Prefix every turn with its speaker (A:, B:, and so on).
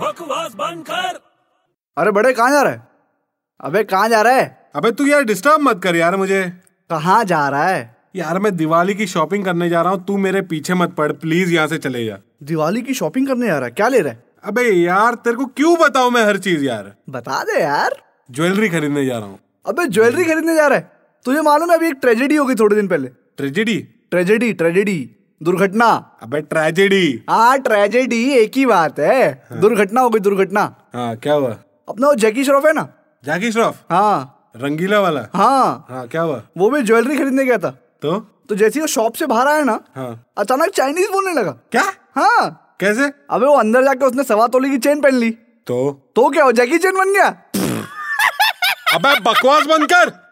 A: बकवास बंद कर
B: अरे बड़े कहाँ जा रहा है अबे कहाँ जा रहा है
C: अबे तू यार डिस्टर्ब मत कर यार मुझे
B: कहाँ जा रहा है
C: यार मैं दिवाली की शॉपिंग करने जा रहा हूँ तू मेरे पीछे मत पड़ प्लीज यहाँ से चले जा
B: दिवाली की शॉपिंग करने जा रहा है क्या ले रहा है
C: अबे यार तेरे को क्यों बताऊं मैं हर चीज यार
B: बता दे यार
C: ज्वेलरी खरीदने जा रहा हूँ
B: अबे ज्वेलरी खरीदने जा रहा है तुझे मालूम है अभी एक ट्रेजेडी हो गई थोड़े दिन पहले
C: ट्रेजेडी
B: ट्रेजेडी ट्रेजेडी दुर्घटना
C: अबे ट्रेजेडी
B: हाँ ट्रेजेडी एक ही बात है दुर्घटना हो गई दुर्घटना
C: हाँ क्या हुआ
B: अपना वो जैकी श्रॉफ है ना
C: जाकी श्रॉफ
B: हाँ
C: रंगीला वाला
B: हाँ
C: हाँ क्या हुआ
B: वो भी ज्वेलरी खरीदने गया था
C: तो
B: तो जैसे ही वो शॉप से बाहर आया ना
C: हाँ
B: अचानक चाइनीज बोलने लगा
C: क्या
B: हाँ
C: कैसे
B: अबे वो अंदर जाके उसने सवा तोले की चेन पहन ली
C: तो
B: तो क्या हो जैकी चेन बन गया
C: अबे बकवास बंद कर